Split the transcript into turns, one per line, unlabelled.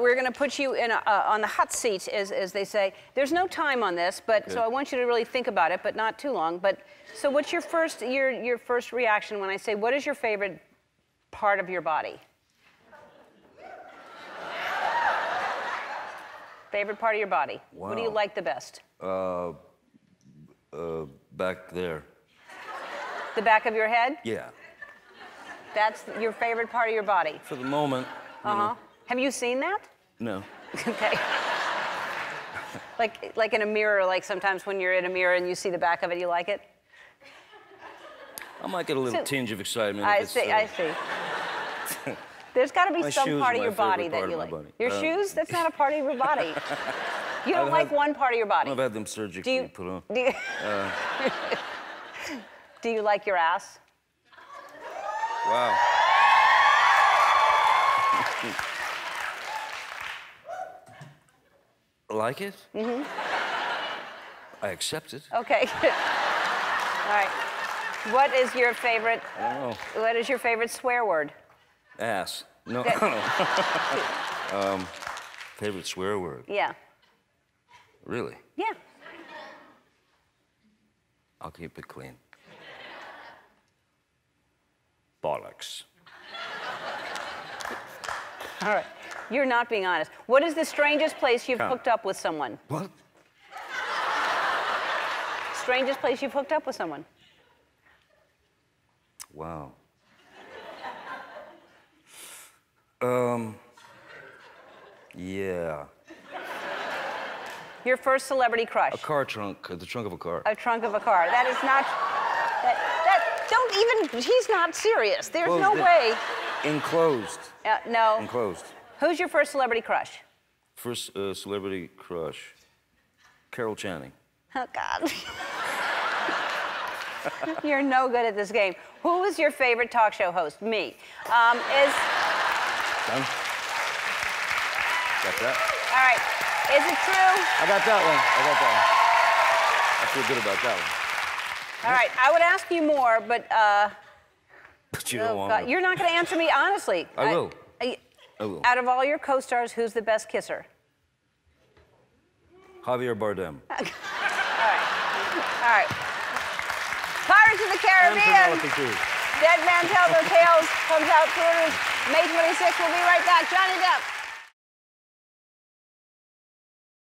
We're going to put you in a, uh, on the hot seat, as, as they say. There's no time on this, but so I want you to really think about it, but not too long. But so, what's your first your your first reaction when I say, "What is your favorite part of your body?" favorite part of your body. What do you
Wow.
like the best?
uh, Back there.
The back of your head.
Yeah.
That's your favorite part of your body.
For the moment.
Uh huh. Have you seen that?
No.
Okay. like like in a mirror. Like sometimes when you're in a mirror and you see the back of it, you like it.
I might get a little
So-
tinge of excitement. if
I
it's,
see.
uh,
I see. There's got to be
My
some
shoes
part
are
of
my
your body that
favorite part
you
of my
like.
body.
Your
Um,
shoes? That's not a part of your body. You don't
I've
like
had-
one part of your body.
I've had them surgically
do you
put on.
Do you,
uh,
do you like your ass?
Wow. like it? Mm-hmm. I accept it.
Okay. All right. What is your favorite?
I don't know.
What is your favorite swear word?
Ass. No.
That-
um, favorite swear word.
Yeah.
Really?
Yeah.
I'll keep it clean. Bollocks.
All right. You're not being honest. What is the strangest place you've
Come.
hooked up with someone?
What?
Strangest place you've hooked up with someone?
Wow. Um, Um, yeah.
Your first celebrity crush?
A car trunk, uh, the trunk of a car.
a trunk of a car. That is not. That, that don't even. He's not serious. There's
Well,
no
the-
way.
Enclosed.
Uh, no.
Enclosed.
Who's your first celebrity crush?
First uh, celebrity crush, Carol Channing.
Oh God. You're no good at this game. Who was your favorite talk show host? Me. Um, is
Done? Got that?
all right. Is it true?
I got that one. I got that one. I feel good about that one.
All right. I would ask you more, but uh,
But you
oh
don't want Oh,
God,
to.
you're not going to answer me honestly.
I will.
I-
I will.
Out of all your co-stars, who's the best kisser?
Javier Bardem.
All right. Pirates of the
And
Caribbean.
Penelope Cruz.
Dead Man Tell No Tales comes out theaters May 26. We'll be right back. Johnny Depp.